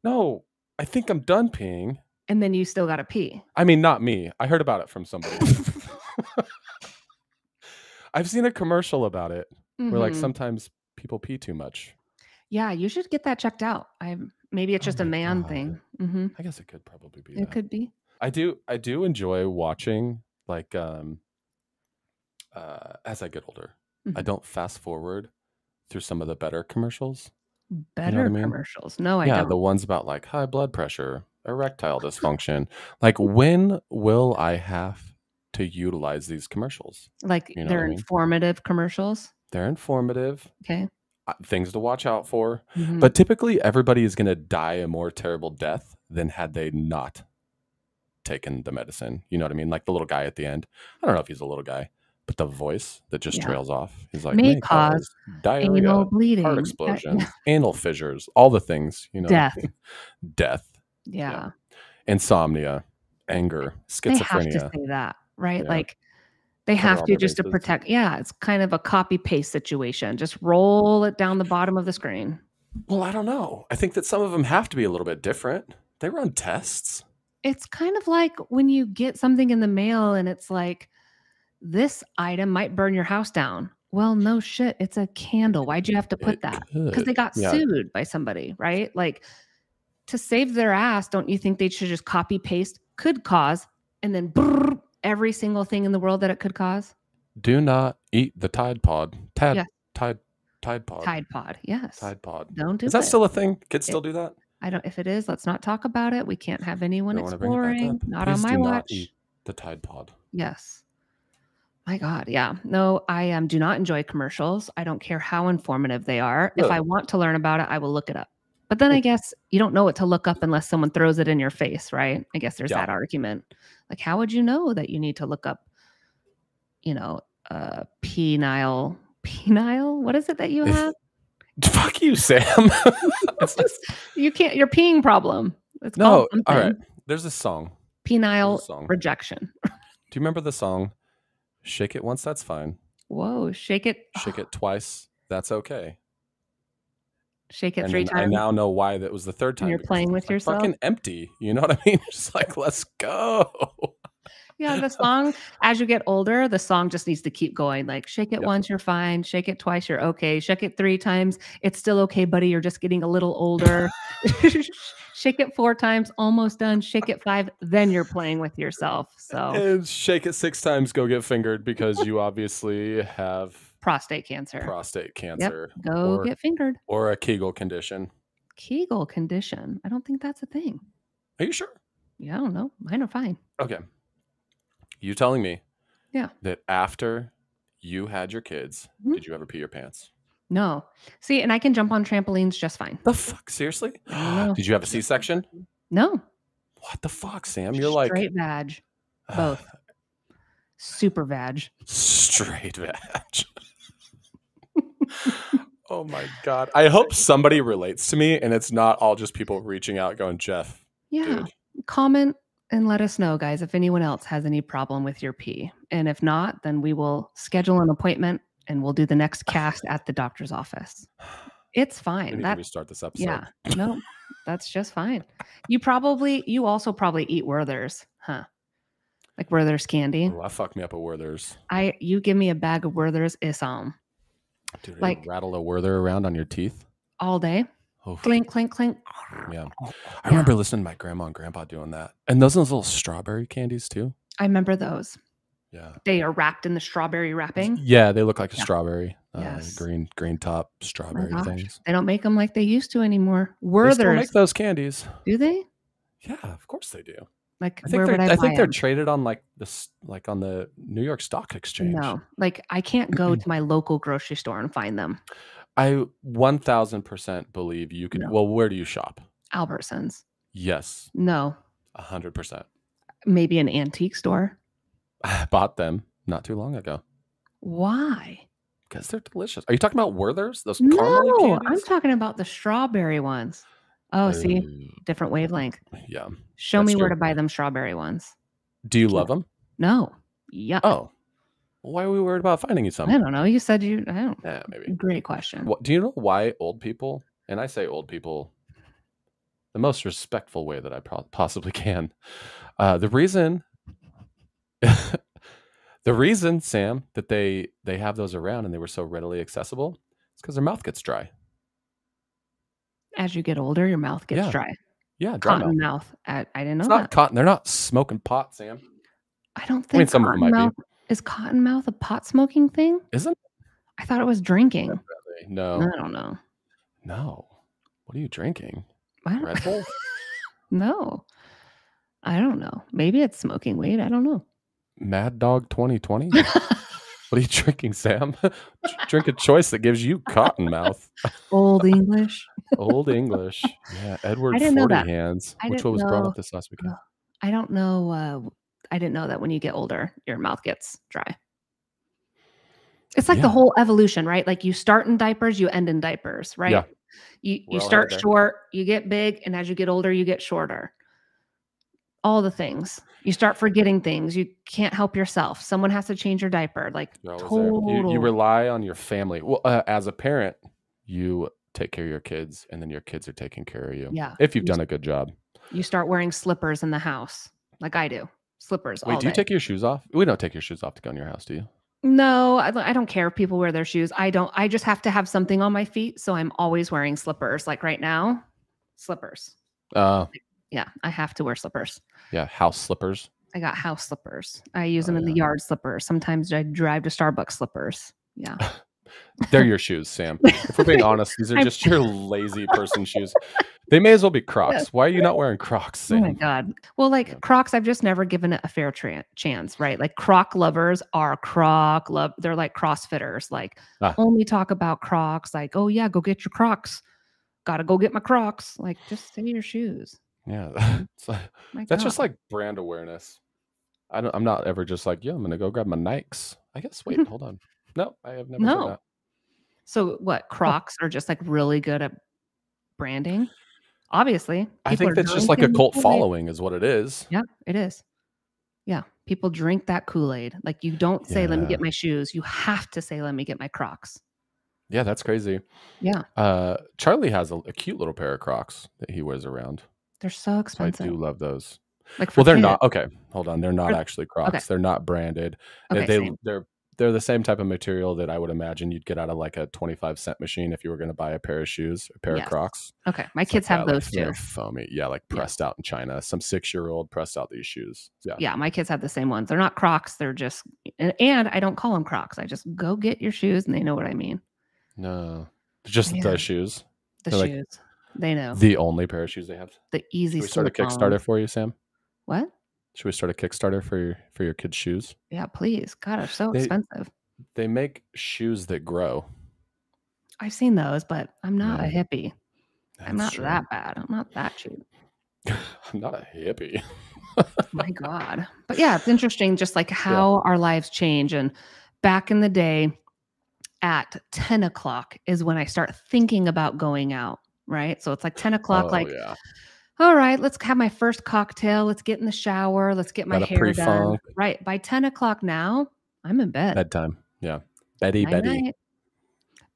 [SPEAKER 1] No, I think I'm done peeing.
[SPEAKER 2] and then you still got to pee.
[SPEAKER 1] I mean, not me. I heard about it from
[SPEAKER 2] (laughs)
[SPEAKER 1] somebody. I've seen a commercial about it where, like,
[SPEAKER 2] Mhm.
[SPEAKER 1] sometimes people pee too much.
[SPEAKER 2] yeah, you should get that checked out. I maybe it's
[SPEAKER 1] Oh
[SPEAKER 2] just a
[SPEAKER 1] my
[SPEAKER 2] man
[SPEAKER 1] God.
[SPEAKER 2] thing. hmm
[SPEAKER 1] I guess it could probably be.
[SPEAKER 2] It
[SPEAKER 1] that.
[SPEAKER 2] could be.
[SPEAKER 1] I do. I do enjoy watching, like, um, uh, as I get older, I
[SPEAKER 2] Mhm.
[SPEAKER 1] don't fast forward through some of the better commercials.
[SPEAKER 2] Better
[SPEAKER 1] mean?
[SPEAKER 2] commercials. No, Oh, I
[SPEAKER 1] yeah,
[SPEAKER 2] don't.
[SPEAKER 1] the ones about like high blood pressure, erectile dysfunction. Like, when will I have to utilize these commercials?
[SPEAKER 2] like
[SPEAKER 1] you know what I
[SPEAKER 2] they're
[SPEAKER 1] mean?
[SPEAKER 2] informative commercials.
[SPEAKER 1] They're informative,
[SPEAKER 2] Okay.
[SPEAKER 1] uh, things to watch out for.
[SPEAKER 2] Mhm.
[SPEAKER 1] But typically, everybody is going to die a more terrible death than had they not taken the medicine. You know what I mean? Like the little guy at the end. I don't know if he's a little guy, but the voice that just
[SPEAKER 2] Yeah.
[SPEAKER 1] trails off. He's like,
[SPEAKER 2] May cause
[SPEAKER 1] diarrhea,
[SPEAKER 2] anal bleeding,
[SPEAKER 1] heart
[SPEAKER 2] uh,
[SPEAKER 1] explosions, anal fissures, all the things. You know,
[SPEAKER 2] death.
[SPEAKER 1] (laughs) death,
[SPEAKER 2] (laughs) Yeah.
[SPEAKER 1] insomnia, anger,
[SPEAKER 2] They have to
[SPEAKER 1] schizophrenia.
[SPEAKER 2] say that, right?
[SPEAKER 1] Yeah.
[SPEAKER 2] Like they
[SPEAKER 1] Cover
[SPEAKER 2] have
[SPEAKER 1] all
[SPEAKER 2] to
[SPEAKER 1] their
[SPEAKER 2] just to
[SPEAKER 1] bases.
[SPEAKER 2] protect. Yeah. It's kind of a copy paste situation. Just roll it down the bottom of the screen.
[SPEAKER 1] Well, I don't know. I think that some of them have to be a little bit different. They run tests.
[SPEAKER 2] It's kind of like when you get something in the mail and it's like, this item might burn your house down. Well, no shit. It's a candle. Why'd you have to put
[SPEAKER 1] It
[SPEAKER 2] that? because
[SPEAKER 1] could.
[SPEAKER 2] they got
[SPEAKER 1] yeah.
[SPEAKER 2] sued by somebody, right? Like to save their ass, don't you think they should just copy paste could cause and then brrr, every single thing in the world that it could cause?
[SPEAKER 1] Do not eat the Tide Pod. Tad,
[SPEAKER 2] Yeah.
[SPEAKER 1] Tide, Tide Pod.
[SPEAKER 2] Tide pod. Yes.
[SPEAKER 1] Tide Pod.
[SPEAKER 2] Don't do
[SPEAKER 1] Is that
[SPEAKER 2] it.
[SPEAKER 1] still a thing? Kids still do that?
[SPEAKER 2] I don't if it is, let's not talk about it. We can't have anyone
[SPEAKER 1] Don't wanna bring it back
[SPEAKER 2] exploring.
[SPEAKER 1] up.
[SPEAKER 2] Not on
[SPEAKER 1] Please
[SPEAKER 2] my
[SPEAKER 1] do not
[SPEAKER 2] watch.
[SPEAKER 1] eat The Tide Pod. (laughs)
[SPEAKER 2] Yes. My God. Yeah. No, I um, do not enjoy commercials. I don't care how informative they are. If
[SPEAKER 1] Really?
[SPEAKER 2] I want to learn about it, I will look it up. But then I guess you don't know what to look up unless someone throws it in your face, right? I guess there's
[SPEAKER 1] Yeah.
[SPEAKER 2] that argument. Like, how would you know that you need to look up, you know, uh, penile, penile? What is it that you
[SPEAKER 1] If-
[SPEAKER 2] have?
[SPEAKER 1] Fuck you, Sam. (laughs) It's
[SPEAKER 2] (laughs)
[SPEAKER 1] just-
[SPEAKER 2] you can't, your peeing problem. It's
[SPEAKER 1] no,
[SPEAKER 2] called
[SPEAKER 1] all right.
[SPEAKER 2] something.
[SPEAKER 1] There's a song. There's
[SPEAKER 2] Penile
[SPEAKER 1] a song. Do
[SPEAKER 2] rejection.
[SPEAKER 1] you remember the song? Shake it once, that's
[SPEAKER 2] (sighs)
[SPEAKER 1] fine.
[SPEAKER 2] Whoa. Shake it.
[SPEAKER 1] Shake it twice, that's okay.
[SPEAKER 2] Shake it
[SPEAKER 1] And
[SPEAKER 2] three
[SPEAKER 1] then I
[SPEAKER 2] times.
[SPEAKER 1] now know why that was the third time.
[SPEAKER 2] And you're
[SPEAKER 1] because
[SPEAKER 2] playing with
[SPEAKER 1] I'm
[SPEAKER 2] yourself.
[SPEAKER 1] Fucking empty. You know what I mean? (laughs) Just like, let's go.
[SPEAKER 2] Yeah,
[SPEAKER 1] (laughs)
[SPEAKER 2] the song as you get older, the song just needs to keep going. Like, shake it
[SPEAKER 1] Yeah.
[SPEAKER 2] once, you're fine. Shake it twice, you're okay. Shake it three times, it's still okay, buddy. You're just getting a little
[SPEAKER 1] (laughs)
[SPEAKER 2] older. (laughs) shake it four times, almost done. Shake it five, then you're playing with yourself. So
[SPEAKER 1] (laughs) And shake it six times, go get fingered because you obviously have
[SPEAKER 2] prostate cancer.
[SPEAKER 1] prostate cancer,
[SPEAKER 2] Go
[SPEAKER 1] or,
[SPEAKER 2] get fingered.
[SPEAKER 1] or a Kegel condition.
[SPEAKER 2] Kegel condition. I don't think that's a thing.
[SPEAKER 1] Are you sure?
[SPEAKER 2] Yeah, I don't know. Mine are fine.
[SPEAKER 1] Okay. You telling me?
[SPEAKER 2] Yeah.
[SPEAKER 1] That after you had your kids,
[SPEAKER 2] Mhm.
[SPEAKER 1] did you ever pee your pants?
[SPEAKER 2] No. See, and I can jump on trampolines just fine.
[SPEAKER 1] The fuck? Seriously?
[SPEAKER 2] I
[SPEAKER 1] (gasps)
[SPEAKER 2] know.
[SPEAKER 1] did you have a C-section?
[SPEAKER 2] No.
[SPEAKER 1] What the fuck, Sam? Um, You're like (sighs)
[SPEAKER 2] straight vag, both. Super vag.
[SPEAKER 1] straight
[SPEAKER 2] (laughs)
[SPEAKER 1] vag. oh my god. I hope somebody relates to me and it's not all just people reaching out going, Jeff,
[SPEAKER 2] Yeah.
[SPEAKER 1] dude.
[SPEAKER 2] Comment and let us know, guys, if anyone else has any problem with your pee. And if not, then we will schedule an appointment and we'll do the
[SPEAKER 1] (sighs)
[SPEAKER 2] next cast at the doctor's office. It's
[SPEAKER 1] We
[SPEAKER 2] fine.
[SPEAKER 1] need to
[SPEAKER 2] That
[SPEAKER 1] restart this episode.
[SPEAKER 2] yeah.
[SPEAKER 1] (laughs)
[SPEAKER 2] No, that's just fine. You probably you also probably eat Werther's, huh? Like Werther's candy.
[SPEAKER 1] Ooh, I fucked me up a Werther's.
[SPEAKER 2] I you give me a bag of Werther's um, Isam
[SPEAKER 1] Dude, like,
[SPEAKER 2] Like-
[SPEAKER 1] rattle a Werther around on your teeth.
[SPEAKER 2] all day.
[SPEAKER 1] Oh,
[SPEAKER 2] Clink, clink, clink.
[SPEAKER 1] Yeah. I
[SPEAKER 2] Oh, Yeah.
[SPEAKER 1] remember listening to my grandma and grandpa doing that. And those those little strawberry candies too.
[SPEAKER 2] I remember those.
[SPEAKER 1] Yeah.
[SPEAKER 2] They are wrapped in the strawberry wrapping.
[SPEAKER 1] Yeah, they look like a
[SPEAKER 2] Yeah.
[SPEAKER 1] strawberry. Uh,
[SPEAKER 2] Yes. Oh
[SPEAKER 1] green green top strawberry
[SPEAKER 2] gosh.
[SPEAKER 1] things.
[SPEAKER 2] They don't make them like they used to anymore.
[SPEAKER 1] They still
[SPEAKER 2] Werther's,
[SPEAKER 1] make those candies.
[SPEAKER 2] do they?
[SPEAKER 1] Yeah, of course they do.
[SPEAKER 2] Like
[SPEAKER 1] I think
[SPEAKER 2] where
[SPEAKER 1] they're
[SPEAKER 2] would I,
[SPEAKER 1] I,
[SPEAKER 2] buy
[SPEAKER 1] think they're
[SPEAKER 2] 'em?
[SPEAKER 1] traded on like this like on the New York Stock Exchange.
[SPEAKER 2] No, like I can't
[SPEAKER 1] Mm-hmm.
[SPEAKER 2] go to my local grocery store and find them.
[SPEAKER 1] I one thousand percent believe you could
[SPEAKER 2] No.
[SPEAKER 1] well where do you shop?
[SPEAKER 2] Albertsons.
[SPEAKER 1] Yes,
[SPEAKER 2] No,
[SPEAKER 1] a hundred percent. (laughs)
[SPEAKER 2] maybe an antique store.
[SPEAKER 1] I bought them not too long ago.
[SPEAKER 2] Why?
[SPEAKER 1] Because they're delicious. Are you talking about Werther's? Those caramel
[SPEAKER 2] No, I'm
[SPEAKER 1] candies?
[SPEAKER 2] talking about the strawberry ones. Oh, see,
[SPEAKER 1] Mm,
[SPEAKER 2] different wavelength.
[SPEAKER 1] Yeah.
[SPEAKER 2] Show
[SPEAKER 1] That's
[SPEAKER 2] me where
[SPEAKER 1] true.
[SPEAKER 2] to buy them strawberry ones.
[SPEAKER 1] Do you love them?
[SPEAKER 2] No. Yeah.
[SPEAKER 1] Oh. Why are we worried about finding you some?
[SPEAKER 2] I don't know. You said you. I don't.
[SPEAKER 1] Yeah, maybe.
[SPEAKER 2] Great question.
[SPEAKER 1] Um What, do you know why old people, and I say old people the most respectful way that I pro- possibly can. Uh, the reason, (laughs) the reason, Sam, that they they have those around and they were so readily accessible, is because their mouth gets dry.
[SPEAKER 2] As you get older, your mouth gets
[SPEAKER 1] Yeah,
[SPEAKER 2] dry.
[SPEAKER 1] Yeah, dry mouth.
[SPEAKER 2] Cotton mouth. I, I didn't know
[SPEAKER 1] It's not
[SPEAKER 2] that.
[SPEAKER 1] cotton. They're not smoking pot, Sam.
[SPEAKER 2] I don't
[SPEAKER 1] I
[SPEAKER 2] think
[SPEAKER 1] mean, some of them
[SPEAKER 2] cotton
[SPEAKER 1] might
[SPEAKER 2] mouth is cotton mouth a pot smoking thing.
[SPEAKER 1] Isn't
[SPEAKER 2] I thought it was drinking.
[SPEAKER 1] it? No,
[SPEAKER 2] I don't know.
[SPEAKER 1] no. What are you drinking?
[SPEAKER 2] I don't, (laughs)
[SPEAKER 1] Red Bull.
[SPEAKER 2] no, I don't know. Maybe it's smoking weed. I don't know.
[SPEAKER 1] Mad Dog 2020. what are you drinking, Sam? (laughs) Drink a choice that gives you cotton mouth.
[SPEAKER 2] Old English.
[SPEAKER 1] Old English. Yeah, Edward
[SPEAKER 2] didn't know
[SPEAKER 1] Forty
[SPEAKER 2] that.
[SPEAKER 1] Hands,
[SPEAKER 2] I
[SPEAKER 1] which
[SPEAKER 2] didn't
[SPEAKER 1] was brought
[SPEAKER 2] know.
[SPEAKER 1] up this last weekend.
[SPEAKER 2] I don't know. Uh, w- I didn't know that when you get older, your mouth gets dry. It's like
[SPEAKER 1] Yeah.
[SPEAKER 2] the whole evolution, right? Like you start in diapers, you end in diapers, right? You
[SPEAKER 1] We're
[SPEAKER 2] you
[SPEAKER 1] all headed
[SPEAKER 2] start
[SPEAKER 1] there.
[SPEAKER 2] short, you get big, and as you get older, you get shorter. All the things. You start forgetting things. You can't help yourself. Someone has to change your diaper. Like
[SPEAKER 1] You're always there.
[SPEAKER 2] total.
[SPEAKER 1] You, you rely on your family. Well, uh, as a parent, you take care of your kids, and then your kids are taking care of you.
[SPEAKER 2] Yeah.
[SPEAKER 1] If you've
[SPEAKER 2] You
[SPEAKER 1] done a good job.
[SPEAKER 2] you start wearing slippers in the house, like I do. Slippers. all
[SPEAKER 1] Wait, do you
[SPEAKER 2] day.
[SPEAKER 1] take your shoes off? We don't take your shoes off to go in your house, do you?
[SPEAKER 2] No, I, don't- I don't care if people wear their shoes. I don't. I just have to have something on my feet, so I'm always wearing slippers. Like right now, slippers.
[SPEAKER 1] Uh,
[SPEAKER 2] Yeah, I have to wear slippers.
[SPEAKER 1] yeah, house slippers.
[SPEAKER 2] I got house slippers. I use
[SPEAKER 1] Oh,
[SPEAKER 2] them in the
[SPEAKER 1] yeah.
[SPEAKER 2] yard slippers. Sometimes I drive to Starbucks slippers. Yeah.
[SPEAKER 1] They're your shoes, Sam. If we're being honest, these are
[SPEAKER 2] I'm-
[SPEAKER 1] just your lazy person shoes. They may as well be Crocs. Why are you not wearing Crocs,
[SPEAKER 2] Oh my
[SPEAKER 1] Sam?
[SPEAKER 2] god. Well, like
[SPEAKER 1] Yeah.
[SPEAKER 2] Crocs, I've just never given it a fair tra- chance, right? Like Croc lovers are Croc love. They're like CrossFitters. Like
[SPEAKER 1] Ah.
[SPEAKER 2] only talk about Crocs. Like oh yeah, go get your Crocs. Gotta go get my Crocs. Like just say your shoes.
[SPEAKER 1] yeah, (laughs) It's like-
[SPEAKER 2] My
[SPEAKER 1] That's just
[SPEAKER 2] God.
[SPEAKER 1] like brand awareness. I don't. I'm not ever just like, yeah, I'm gonna go grab my Nikes. I guess. Wait,
[SPEAKER 2] (laughs)
[SPEAKER 1] hold on. No, I have never.
[SPEAKER 2] No.
[SPEAKER 1] Done that.
[SPEAKER 2] So
[SPEAKER 1] Oh.
[SPEAKER 2] what Crocs are just like really good at branding. Obviously,
[SPEAKER 1] I
[SPEAKER 2] people
[SPEAKER 1] think
[SPEAKER 2] are
[SPEAKER 1] that's just like a
[SPEAKER 2] drinking the
[SPEAKER 1] cult
[SPEAKER 2] Kool-Aid.
[SPEAKER 1] following, is what it is.
[SPEAKER 2] Yeah, it is. Yeah, people drink that Kool Aid. Like you don't say, "Let me
[SPEAKER 1] Yeah.
[SPEAKER 2] get my shoes." You have to say, "Let me get my Crocs."
[SPEAKER 1] Yeah, that's crazy.
[SPEAKER 2] Yeah,
[SPEAKER 1] Uh, Charlie has a, a cute little pair of Crocs that he wears around.
[SPEAKER 2] they're so
[SPEAKER 1] So I
[SPEAKER 2] expensive.
[SPEAKER 1] do love those.
[SPEAKER 2] like, for
[SPEAKER 1] Well, they're
[SPEAKER 2] kids.
[SPEAKER 1] not. Okay, hold on. They're not
[SPEAKER 2] For-
[SPEAKER 1] actually Crocs. They're not branded. They-
[SPEAKER 2] Okay,
[SPEAKER 1] they
[SPEAKER 2] same.
[SPEAKER 1] they're they're the same type of material that I would imagine you'd get out of like a 25 cent machine if you were going to buy a pair of shoes, a pair
[SPEAKER 2] Yes.
[SPEAKER 1] of Crocs.
[SPEAKER 2] Okay. My
[SPEAKER 1] It's
[SPEAKER 2] kids
[SPEAKER 1] like
[SPEAKER 2] have
[SPEAKER 1] that, like,
[SPEAKER 2] those too.
[SPEAKER 1] they're Foamy. Yeah, like
[SPEAKER 2] Yeah.
[SPEAKER 1] pressed out in China. Some six year old pressed out these shoes. Yeah.
[SPEAKER 2] Yeah. My kids have the same ones. They're not Crocs. They're just, and, and I don't call them Crocs. I just go get your shoes and they know what I mean.
[SPEAKER 1] No. Just
[SPEAKER 2] Yeah. Oh.
[SPEAKER 1] the shoes.
[SPEAKER 2] The
[SPEAKER 1] They're like-
[SPEAKER 2] shoes. they know. The,
[SPEAKER 1] The only pair of shoes they have.
[SPEAKER 2] easy
[SPEAKER 1] Should we start a
[SPEAKER 2] slip-ons.
[SPEAKER 1] Kickstarter for you, Sam?
[SPEAKER 2] What?
[SPEAKER 1] Should we start a Kickstarter for your for your kids' shoes?
[SPEAKER 2] Yeah, please. God, they're so
[SPEAKER 1] They-
[SPEAKER 2] expensive.
[SPEAKER 1] They make shoes that grow.
[SPEAKER 2] I've seen those, but I'm not a
[SPEAKER 1] Yeah.
[SPEAKER 2] hippie. I'm not
[SPEAKER 1] That's true.
[SPEAKER 2] that bad. I'm not that cheap.
[SPEAKER 1] (laughs) I'm not a hippie.
[SPEAKER 2] My God. But yeah, it's interesting just like how our lives change. And back in the day, at 10 o'clock is when I start thinking about going out. Right. So it's like 10 o'clock,
[SPEAKER 1] Oh,
[SPEAKER 2] like,
[SPEAKER 1] yeah.
[SPEAKER 2] all right, let's have my first cocktail. Let's get in the shower. Let's get my
[SPEAKER 1] Gotta
[SPEAKER 2] hair done.
[SPEAKER 1] pre-funk.
[SPEAKER 2] Right. By 10 o'clock now, I'm in bed.
[SPEAKER 1] bedtime. Yeah. Betty,
[SPEAKER 2] Night,
[SPEAKER 1] Betty.
[SPEAKER 2] night.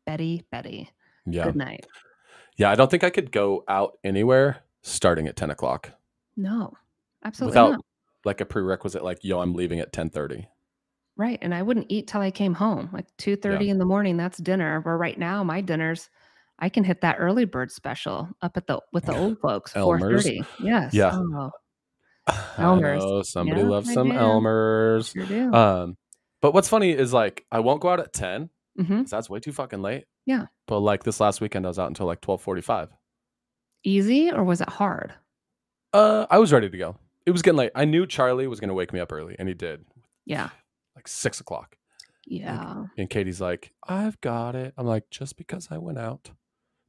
[SPEAKER 2] Betty, Betty.
[SPEAKER 1] Yeah.
[SPEAKER 2] Good night.
[SPEAKER 1] Yeah. I don't think I could go out anywhere starting at 10 o'clock
[SPEAKER 2] No, absolutely
[SPEAKER 1] without
[SPEAKER 2] not.
[SPEAKER 1] like a prerequisite, like, yo, I'm leaving at (laughs) 1030.
[SPEAKER 2] Right. And I wouldn't eat till I came home, like 2 30 in the morning. That's dinner. Where right now, my dinner's, I can hit that early bird special up at the, with the old folks, four
[SPEAKER 1] Elmer's.
[SPEAKER 2] thirty. Yes.
[SPEAKER 1] Yeah.
[SPEAKER 2] Oh, Elmer's.
[SPEAKER 1] Elmer's. Oh, somebody
[SPEAKER 2] Yeah,
[SPEAKER 1] loves
[SPEAKER 2] I
[SPEAKER 1] some
[SPEAKER 2] do.
[SPEAKER 1] Elmer's.
[SPEAKER 2] sure do.
[SPEAKER 1] Um, but what's funny is like, I won't go out at 10
[SPEAKER 2] Mhm.
[SPEAKER 1] because that's way too fucking late.
[SPEAKER 2] Yeah.
[SPEAKER 1] But like this last weekend, I was out until like 1245.
[SPEAKER 2] Easy or was it hard?
[SPEAKER 1] Uh, I was ready to go. It was getting late. I knew Charlie was going to wake me up early and he did
[SPEAKER 2] Yeah.
[SPEAKER 1] like six o'clock. (laughs)
[SPEAKER 2] Yeah. (laughs)
[SPEAKER 1] And Katie's like, I've got it. I'm like, just because I went out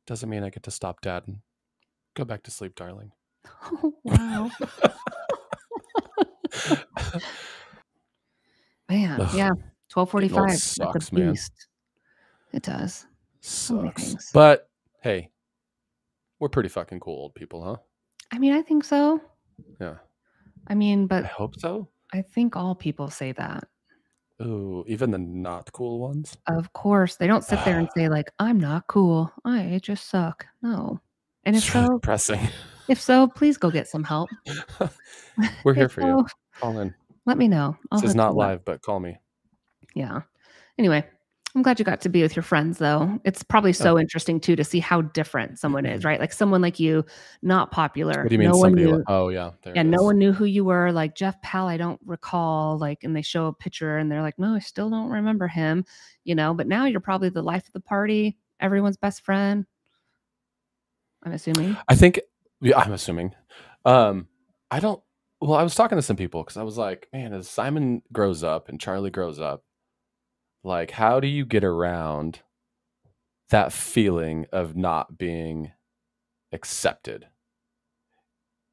[SPEAKER 1] doesn't mean I get to stop dad and go back to sleep, darling.
[SPEAKER 2] Oh, wow. Man.
[SPEAKER 1] Ugh.
[SPEAKER 2] Yeah. Twelve forty five.
[SPEAKER 1] sucks, man.
[SPEAKER 2] It does. many
[SPEAKER 1] Sucks.
[SPEAKER 2] things.
[SPEAKER 1] But hey, we're pretty fucking cool old people, huh?
[SPEAKER 2] I mean, I think so.
[SPEAKER 1] Yeah.
[SPEAKER 2] I mean,
[SPEAKER 1] I
[SPEAKER 2] but
[SPEAKER 1] hope so.
[SPEAKER 2] I think all people say that.
[SPEAKER 1] Ooh, even the not cool ones.
[SPEAKER 2] Of course, they don't sit
[SPEAKER 1] (sighs)
[SPEAKER 2] there and say like, "I'm not cool. I just suck." No.
[SPEAKER 1] (laughs)
[SPEAKER 2] And if
[SPEAKER 1] It's really
[SPEAKER 2] so,
[SPEAKER 1] depressing.
[SPEAKER 2] if so, please go get some help.
[SPEAKER 1] we're here
[SPEAKER 2] If
[SPEAKER 1] for you.
[SPEAKER 2] so,
[SPEAKER 1] Call in.
[SPEAKER 2] Let me know. I'll
[SPEAKER 1] This is
[SPEAKER 2] hook
[SPEAKER 1] not
[SPEAKER 2] you up.
[SPEAKER 1] live, but call me.
[SPEAKER 2] Yeah. Anyway, I'm glad you got to be with your friends though. It's probably
[SPEAKER 1] Oh.
[SPEAKER 2] so interesting too to see how different someone is, right? Like someone like you, not popular.
[SPEAKER 1] Mm-hmm. What do you mean
[SPEAKER 2] no
[SPEAKER 1] somebody?
[SPEAKER 2] One
[SPEAKER 1] li-
[SPEAKER 2] knew,
[SPEAKER 1] oh yeah. There
[SPEAKER 2] yeah,
[SPEAKER 1] it
[SPEAKER 2] no
[SPEAKER 1] is.
[SPEAKER 2] one knew who you were. Like Jeff Powell, I don't recall. Like, and they show a picture and they're like, no, I still don't remember him, you know. But now you're probably the life of the party, everyone's best friend. I'm assuming.
[SPEAKER 1] I think yeah, I'm assuming. Um I don't well, I was talking to some people because I was like, man, as Simon grows up and Charlie grows up, like how do you get around that feeling of not being accepted?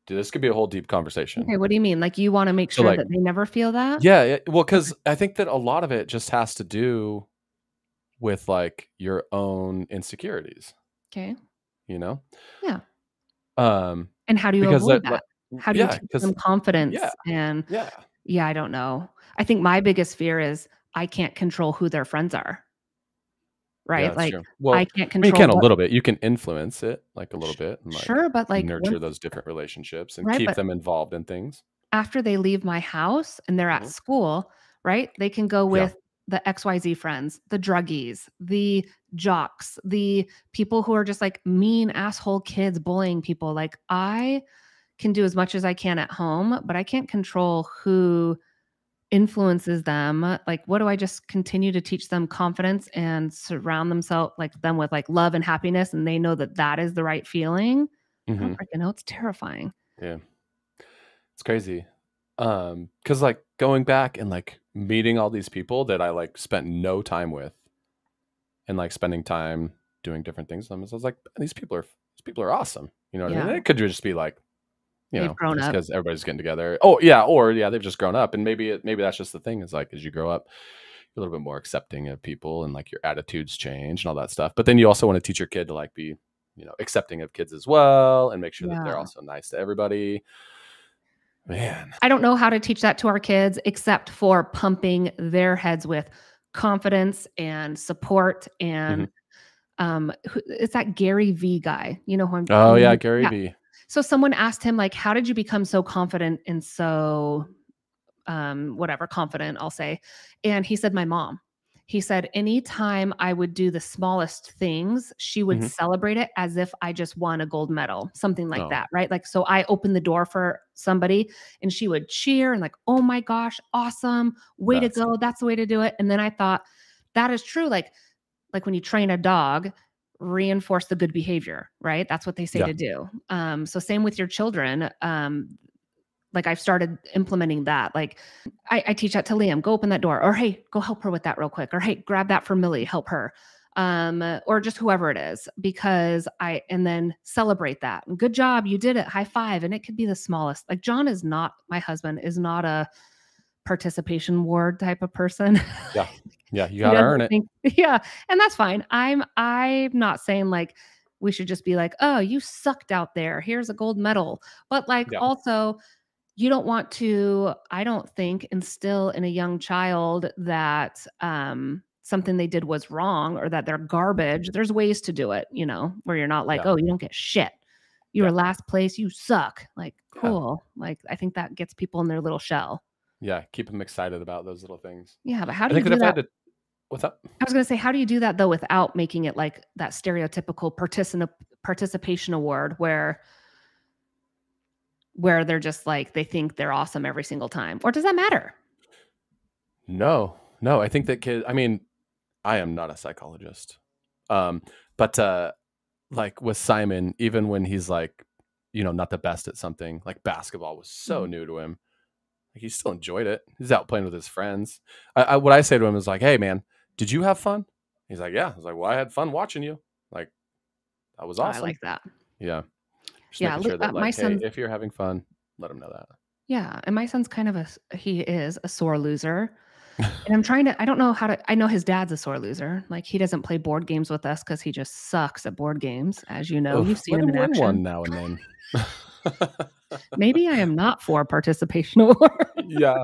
[SPEAKER 1] Dude, this could be a whole deep conversation.
[SPEAKER 2] Okay, what do you mean? Like you want to make
[SPEAKER 1] So,
[SPEAKER 2] sure
[SPEAKER 1] like-
[SPEAKER 2] that they never feel that?
[SPEAKER 1] Yeah, yeah, well, because I think that a lot of it just has to do with like your own insecurities,
[SPEAKER 2] Okay.
[SPEAKER 1] you know?
[SPEAKER 2] Yeah.
[SPEAKER 1] Um,
[SPEAKER 2] And how do you
[SPEAKER 1] because
[SPEAKER 2] avoid
[SPEAKER 1] that,
[SPEAKER 2] that? How do
[SPEAKER 1] yeah,
[SPEAKER 2] you teach
[SPEAKER 1] 'cause-
[SPEAKER 2] them confidence
[SPEAKER 1] yeah.
[SPEAKER 2] and
[SPEAKER 1] yeah,
[SPEAKER 2] Yeah, I don't know. I think my biggest fear is I can't control who their friends are. Right?
[SPEAKER 1] Yeah, that's
[SPEAKER 2] like
[SPEAKER 1] true. well,
[SPEAKER 2] I can't
[SPEAKER 1] I mean, you
[SPEAKER 2] control.
[SPEAKER 1] can a
[SPEAKER 2] what-
[SPEAKER 1] little bit. You can influence it like a little bit. And, like,
[SPEAKER 2] sure, but like
[SPEAKER 1] nurture
[SPEAKER 2] once-
[SPEAKER 1] those different relationships and
[SPEAKER 2] Right,
[SPEAKER 1] keep
[SPEAKER 2] but-
[SPEAKER 1] them involved in things.
[SPEAKER 2] after they leave my house and they're at
[SPEAKER 1] Mhm.
[SPEAKER 2] school, right? They can go
[SPEAKER 1] Yeah.
[SPEAKER 2] with the XYZ friends, the druggies, the jocks, the people who are just like mean asshole kids bullying people. Like I can do as much as I can at home, but I can't control who influences them. Like what do I just continue to teach them confidence and surround themselves like them with like love and happiness and they know that that is the right feeling? I
[SPEAKER 1] Mhm.
[SPEAKER 2] don't freaking know, it's terrifying.
[SPEAKER 1] It's crazy. Um, cause like going back and like meeting all these people that I like spent no time with, and like spending time doing different things. with them, so I was like, these people are these people are awesome. You know what I mean?
[SPEAKER 2] Yeah.
[SPEAKER 1] And it could just be like, you
[SPEAKER 2] They've
[SPEAKER 1] know,
[SPEAKER 2] grown up.
[SPEAKER 1] because everybody's getting together. Oh yeah, or yeah, they've just grown up, and maybe it, maybe that's just the thing. Is like as you grow up, you're a little bit more accepting of people, and like your attitudes change and all that stuff. But then you also want to teach your kid to like be, you know, accepting of kids as well, and make sure that
[SPEAKER 2] Yeah.
[SPEAKER 1] they're also nice to everybody. Man,
[SPEAKER 2] I don't know how to teach that to our kids except for pumping their heads with confidence and support and um who- it's that Gary V guy. You know who I'm
[SPEAKER 1] Mm-hmm. oh
[SPEAKER 2] who
[SPEAKER 1] yeah,
[SPEAKER 2] I'm-
[SPEAKER 1] Gary
[SPEAKER 2] Mm-hmm. yeah.
[SPEAKER 1] B.
[SPEAKER 2] So someone asked him like how did you become so confident and so um whatever confident I'll say and he said my mom. He said, anytime I would do the smallest things, she would
[SPEAKER 1] Mhm.
[SPEAKER 2] celebrate it as if I just won a gold medal, something like
[SPEAKER 1] Oh.
[SPEAKER 2] that, right? Like, so I opened the door for somebody and she would cheer and, like, oh my gosh, awesome, way
[SPEAKER 1] That's
[SPEAKER 2] to go. That's the way to do it. And then I thought, that is true. Like, like when you train a dog, reinforce the good behavior, right? That's what they say
[SPEAKER 1] Yeah.
[SPEAKER 2] to do. Um, so same with your children. Um, like I've started implementing that. Like I, I teach that to Liam, go open that door, or hey, go help her with that real quick, or hey, grab that for Millie, help her. Um, uh, or just whoever it is, because I and then celebrate that. Good job, you did it. High five. And it could be the smallest. Like John is not my husband, is not a participation ward type of person.
[SPEAKER 1] Yeah, you
[SPEAKER 2] He
[SPEAKER 1] got to
[SPEAKER 2] doesn't
[SPEAKER 1] earn it.
[SPEAKER 2] think- (laughs) yeah, and that's fine. I'm I'm not saying like we should just be like, oh, you sucked out there. Here's a gold medal. But like
[SPEAKER 1] Yeah.
[SPEAKER 2] also, you don't want to. I don't think instill in a young child that um, something they did was wrong or that they're garbage. There's ways to do it, you know, where you're not like,
[SPEAKER 1] Mm-hmm. Yeah.
[SPEAKER 2] oh, you don't get shit. You
[SPEAKER 1] Yeah.
[SPEAKER 2] were last place. You suck. Like
[SPEAKER 1] Yeah.
[SPEAKER 2] cool. Like I think that gets people in their little shell.
[SPEAKER 1] Yeah, keep them excited about those little things.
[SPEAKER 2] Yeah, but how
[SPEAKER 1] I
[SPEAKER 2] do you
[SPEAKER 1] think
[SPEAKER 2] do
[SPEAKER 1] that if I
[SPEAKER 2] that
[SPEAKER 1] had to, what's up?
[SPEAKER 2] I was going to say, how do you do that though without making it like that stereotypical participant participation award where where they're just like they think they're awesome every single time? Or does that matter?
[SPEAKER 1] No, no. I think that kid. I mean, I am not a psychologist, um, but uh, like with Simon, even when he's like, you know, not the best at something, like basketball was so
[SPEAKER 2] Mhm.
[SPEAKER 1] new to him. Like he still enjoyed it. He's out playing with his friends. I, I, what I say to him is like, "Hey, man, did you have fun?" He's like, "Yeah." I was like, "Well, I had fun watching you. Like, that was
[SPEAKER 2] Oh,
[SPEAKER 1] awesome."
[SPEAKER 2] I like that.
[SPEAKER 1] yeah, Just
[SPEAKER 2] Yeah,
[SPEAKER 1] making
[SPEAKER 2] li-
[SPEAKER 1] Sure that,
[SPEAKER 2] uh,
[SPEAKER 1] like,
[SPEAKER 2] my
[SPEAKER 1] hey,
[SPEAKER 2] son's-
[SPEAKER 1] if you're having fun, let him know that.
[SPEAKER 2] Yeah, and my son's kind of a s- he is a sore loser. And
[SPEAKER 1] (laughs)
[SPEAKER 2] I'm trying to I don't know how to I know his dad's a sore loser. Like he doesn't play board games with us cuz he just sucks at board games, as you know.
[SPEAKER 1] Oof,
[SPEAKER 2] Oh, You've seen
[SPEAKER 1] let
[SPEAKER 2] him in
[SPEAKER 1] win
[SPEAKER 2] action.
[SPEAKER 1] one now and then.
[SPEAKER 2] (laughs)
[SPEAKER 1] (laughs)
[SPEAKER 2] Maybe I am not for participation (laughs) award.
[SPEAKER 1] yeah.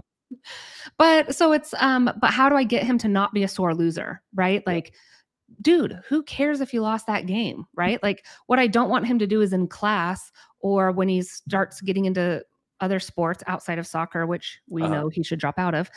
[SPEAKER 2] But so it's um but how do I get him to not be a sore loser, right?
[SPEAKER 1] Yeah.
[SPEAKER 2] Like dude, who cares if you lost that game, right? Like what I don't want him to do is in class or when he starts getting into other sports outside of soccer, which we
[SPEAKER 1] Uh-huh.
[SPEAKER 2] know he should drop out of.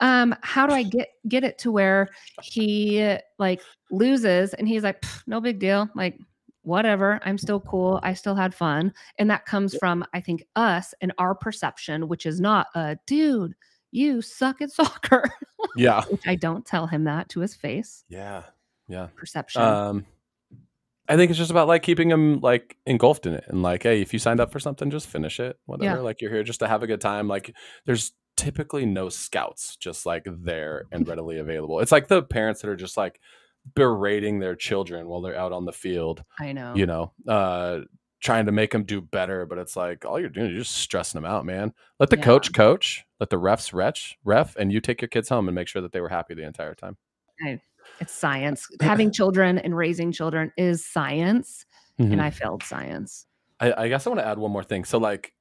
[SPEAKER 2] Um how do I get get it to where he like loses and he's like "Pff, no big deal, like whatever, I'm still cool, I still had fun. And that comes
[SPEAKER 1] Yeah.
[SPEAKER 2] from I think us and our perception, which is not a dude you suck at soccer. (laughs)
[SPEAKER 1] Yeah.
[SPEAKER 2] Which I don't tell him that to his face.
[SPEAKER 1] Yeah. Yeah.
[SPEAKER 2] Perception.
[SPEAKER 1] Um, I think it's just about like keeping them like engulfed in it and like, hey, if you signed up for something, just finish it. Whatever.
[SPEAKER 2] Yeah.
[SPEAKER 1] Like you're here just to have a good time. Like there's typically no scouts just like there and readily available. It's like the parents that are just like berating their children while they're out on the field,
[SPEAKER 2] I know.
[SPEAKER 1] you know, uh, trying to make them do better. But it's like all you're doing is just stressing them out, man. Let the
[SPEAKER 2] Yeah.
[SPEAKER 1] coach coach, let the refs retch, ref, and you take your kids home and make sure that they were happy the entire time.
[SPEAKER 2] It's science.
[SPEAKER 1] (clears throat)
[SPEAKER 2] Having children and raising children is science.
[SPEAKER 1] Mm-hmm.
[SPEAKER 2] And I failed science.
[SPEAKER 1] I, I guess I want to add one more thing. So, like,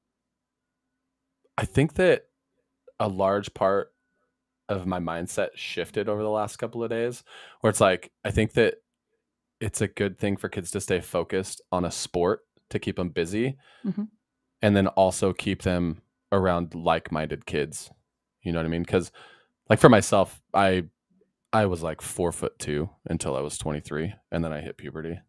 [SPEAKER 1] I think that a large part of my mindset shifted over the last couple of days, where it's like, I think that it's a good thing for kids to stay focused on a sport to keep them busy
[SPEAKER 2] Mhm.
[SPEAKER 1] and then also keep them around like minded kids. You know what I mean? Because, like, for myself, I. I was like four foot two until I was 23, and then I hit puberty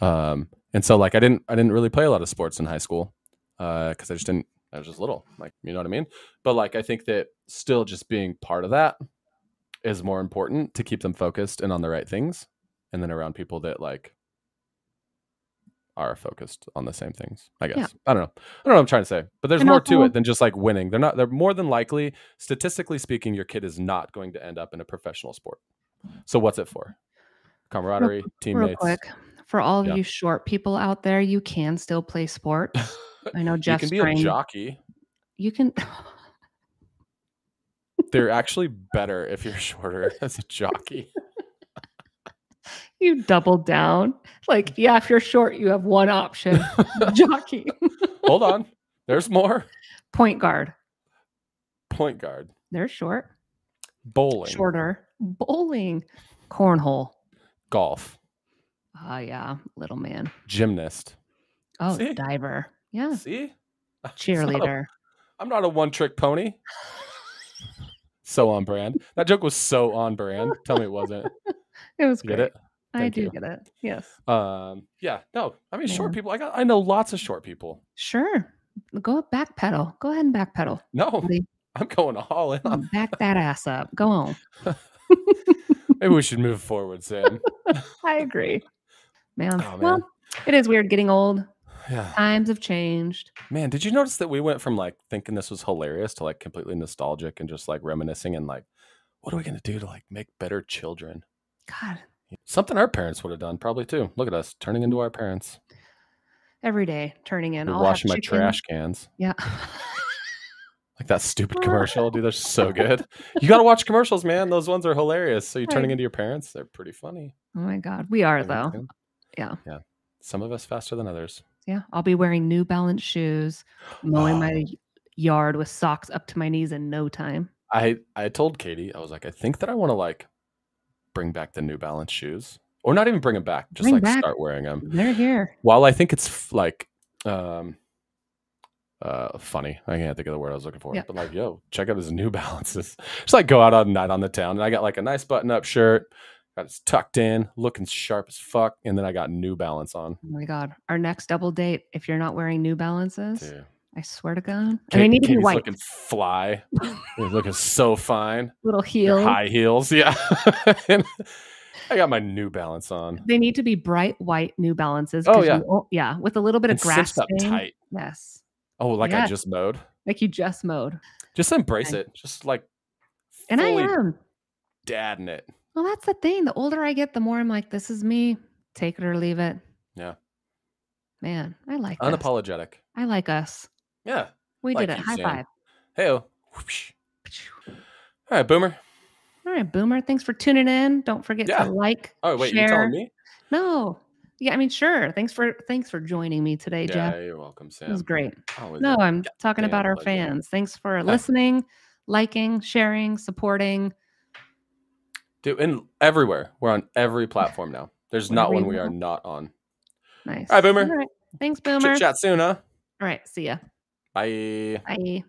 [SPEAKER 1] um and so like i didn't i didn't really play a lot of sports in high school uh because i just didn't i was just little like you know what i mean but like i think that still just being part of that is more important to keep them focused and on the right things and then around people that like are focused on the same things i guess
[SPEAKER 2] Yeah.
[SPEAKER 1] i don't know i don't know what i'm trying to say but there's
[SPEAKER 2] And
[SPEAKER 1] more to
[SPEAKER 2] also-
[SPEAKER 1] it than just like winning they're not they're more than likely statistically speaking your kid is not going to end up in a professional sport so what's it for camaraderie
[SPEAKER 2] Real
[SPEAKER 1] teammates
[SPEAKER 2] quick, for all of
[SPEAKER 1] Yeah.
[SPEAKER 2] you short people out there, you can still play sports. I know
[SPEAKER 1] (laughs)
[SPEAKER 2] Jeff
[SPEAKER 1] you can be
[SPEAKER 2] Spring.
[SPEAKER 1] a jockey.
[SPEAKER 2] (laughs) You can. (laughs)
[SPEAKER 1] They're actually better if you're (laughs) shorter as a jockey.
[SPEAKER 2] You double down. Like,
[SPEAKER 1] (laughs)
[SPEAKER 2] yeah, if you're short, you have one option: jockey,
[SPEAKER 1] Hold on. There's more.
[SPEAKER 2] point guard.
[SPEAKER 1] Point guard.
[SPEAKER 2] They're short,
[SPEAKER 1] Bowling.
[SPEAKER 2] shorter, bowling, cornhole.
[SPEAKER 1] Golf.
[SPEAKER 2] Ah, yeah, little man.
[SPEAKER 1] Gymnast.
[SPEAKER 2] Oh,
[SPEAKER 1] See?
[SPEAKER 2] diver. Yeah,
[SPEAKER 1] See?
[SPEAKER 2] cheerleader.
[SPEAKER 1] I'm not a one trick pony. So on brand. That joke was so on brand. Tell me it
[SPEAKER 2] (laughs)
[SPEAKER 1] wasn't.
[SPEAKER 2] It was
[SPEAKER 1] You Get
[SPEAKER 2] great.
[SPEAKER 1] it?
[SPEAKER 2] I
[SPEAKER 1] Thank
[SPEAKER 2] do
[SPEAKER 1] you.
[SPEAKER 2] get it. Yes.
[SPEAKER 1] Um, yeah, no. I mean, short
[SPEAKER 2] Man.
[SPEAKER 1] people. I got. I know lots of short people.
[SPEAKER 2] Sure. Go backpedal. Go ahead and (laughs) backpedal.
[SPEAKER 1] No,
[SPEAKER 2] buddy.
[SPEAKER 1] I'm going all in. on-
[SPEAKER 2] Back that ass up. Go on.
[SPEAKER 1] Maybe we should move forward,
[SPEAKER 2] (laughs)
[SPEAKER 1] Sam.
[SPEAKER 2] I agree. Man.
[SPEAKER 1] Oh, man.
[SPEAKER 2] Well, it is weird getting old.
[SPEAKER 1] Yeah,
[SPEAKER 2] Times have changed.
[SPEAKER 1] man. Did you notice that we went from like thinking this was hilarious to like completely nostalgic and just like reminiscing and like, what are we gonna do to like make better children?
[SPEAKER 2] God,
[SPEAKER 1] Something our parents would have done probably too. Look at us turning into our parents.
[SPEAKER 2] every day turning in.
[SPEAKER 1] We're
[SPEAKER 2] I'll have
[SPEAKER 1] washing my
[SPEAKER 2] chicken.
[SPEAKER 1] trash cans.
[SPEAKER 2] Yeah. (laughs) Oh,
[SPEAKER 1] Like that stupid commercial, dude. They're so good. You gotta watch commercials, man. Those ones are hilarious. So you're
[SPEAKER 2] I-
[SPEAKER 1] turning into your parents. They're pretty funny.
[SPEAKER 2] oh my God. We are,
[SPEAKER 1] I think,
[SPEAKER 2] though.
[SPEAKER 1] too.
[SPEAKER 2] Yeah.
[SPEAKER 1] Yeah. Some of us faster than others.
[SPEAKER 2] Yeah. I'll be wearing New Balance shoes, mowing
[SPEAKER 1] Oh. (gasps)
[SPEAKER 2] my yard with socks up to my knees in no time.
[SPEAKER 1] I I told Katie I was like I think that I want to like bring back the New Balance shoes or not even bring them back just
[SPEAKER 2] Bring
[SPEAKER 1] like
[SPEAKER 2] back-
[SPEAKER 1] start wearing them.
[SPEAKER 2] They're here.
[SPEAKER 1] While I think it's f- like um uh funny I can't think of the word I was looking for
[SPEAKER 2] Yeah.
[SPEAKER 1] but like yo check out his New (laughs) Balances just like go out on a night on the town and I got like a nice button up shirt got it's tucked in looking sharp as fuck and then I got New Balance on.
[SPEAKER 2] Oh my God. Our next double date, if you're not wearing New Balances,
[SPEAKER 1] Dude.
[SPEAKER 2] I swear to God.
[SPEAKER 1] Ka-
[SPEAKER 2] and I need to be
[SPEAKER 1] Katie's
[SPEAKER 2] white.
[SPEAKER 1] looking
[SPEAKER 2] (laughs)
[SPEAKER 1] fly. He's looking so fine.
[SPEAKER 2] Little
[SPEAKER 1] Your
[SPEAKER 2] heels.
[SPEAKER 1] high heels, yeah. (laughs) And I got my New Balance on.
[SPEAKER 2] They need to be bright white New Balances.
[SPEAKER 1] Oh,
[SPEAKER 2] 'cause
[SPEAKER 1] yeah.
[SPEAKER 2] you won't- yeah. With a little bit of
[SPEAKER 1] and cinched
[SPEAKER 2] grass.
[SPEAKER 1] up tight.
[SPEAKER 2] Yes.
[SPEAKER 1] Oh, like I
[SPEAKER 2] Yes.
[SPEAKER 1] just mowed.
[SPEAKER 2] Like you just mowed.
[SPEAKER 1] Just embrace
[SPEAKER 2] Okay.
[SPEAKER 1] it. Just like
[SPEAKER 2] And
[SPEAKER 1] fully
[SPEAKER 2] I am.
[SPEAKER 1] dadding it.
[SPEAKER 2] Well, that's the thing. The older I get, the more I'm like, this is me. Take it or leave it.
[SPEAKER 1] Yeah.
[SPEAKER 2] Man, I like us.
[SPEAKER 1] Unapologetic.
[SPEAKER 2] I like us.
[SPEAKER 1] Yeah.
[SPEAKER 2] We
[SPEAKER 1] Like
[SPEAKER 2] did it.
[SPEAKER 1] you,
[SPEAKER 2] High
[SPEAKER 1] Sam.
[SPEAKER 2] five.
[SPEAKER 1] Hey. All right, boomer.
[SPEAKER 2] All right, Boomer. Thanks for tuning in. Don't forget
[SPEAKER 1] Yeah.
[SPEAKER 2] to like.
[SPEAKER 1] Oh wait,
[SPEAKER 2] share.
[SPEAKER 1] you telling me?
[SPEAKER 2] No. Yeah, I mean, sure. Thanks for thanks for joining me today,
[SPEAKER 1] yeah,
[SPEAKER 2] Jeff.
[SPEAKER 1] you're welcome, Sam. Oh,
[SPEAKER 2] It was great.
[SPEAKER 1] Always
[SPEAKER 2] No,
[SPEAKER 1] a
[SPEAKER 2] I'm talking
[SPEAKER 1] damn
[SPEAKER 2] about our
[SPEAKER 1] pleasure.
[SPEAKER 2] fans. Thanks for listening, liking, sharing, supporting.
[SPEAKER 1] Dude, and everywhere. We're on every platform now. There's not one we are
[SPEAKER 2] Everywhere.
[SPEAKER 1] not on.
[SPEAKER 2] Nice.
[SPEAKER 1] All right, Boomer.
[SPEAKER 2] All right. Thanks, Boomer.
[SPEAKER 1] Chit chat soon, huh?
[SPEAKER 2] All right. See ya.
[SPEAKER 1] Bye.
[SPEAKER 2] Bye.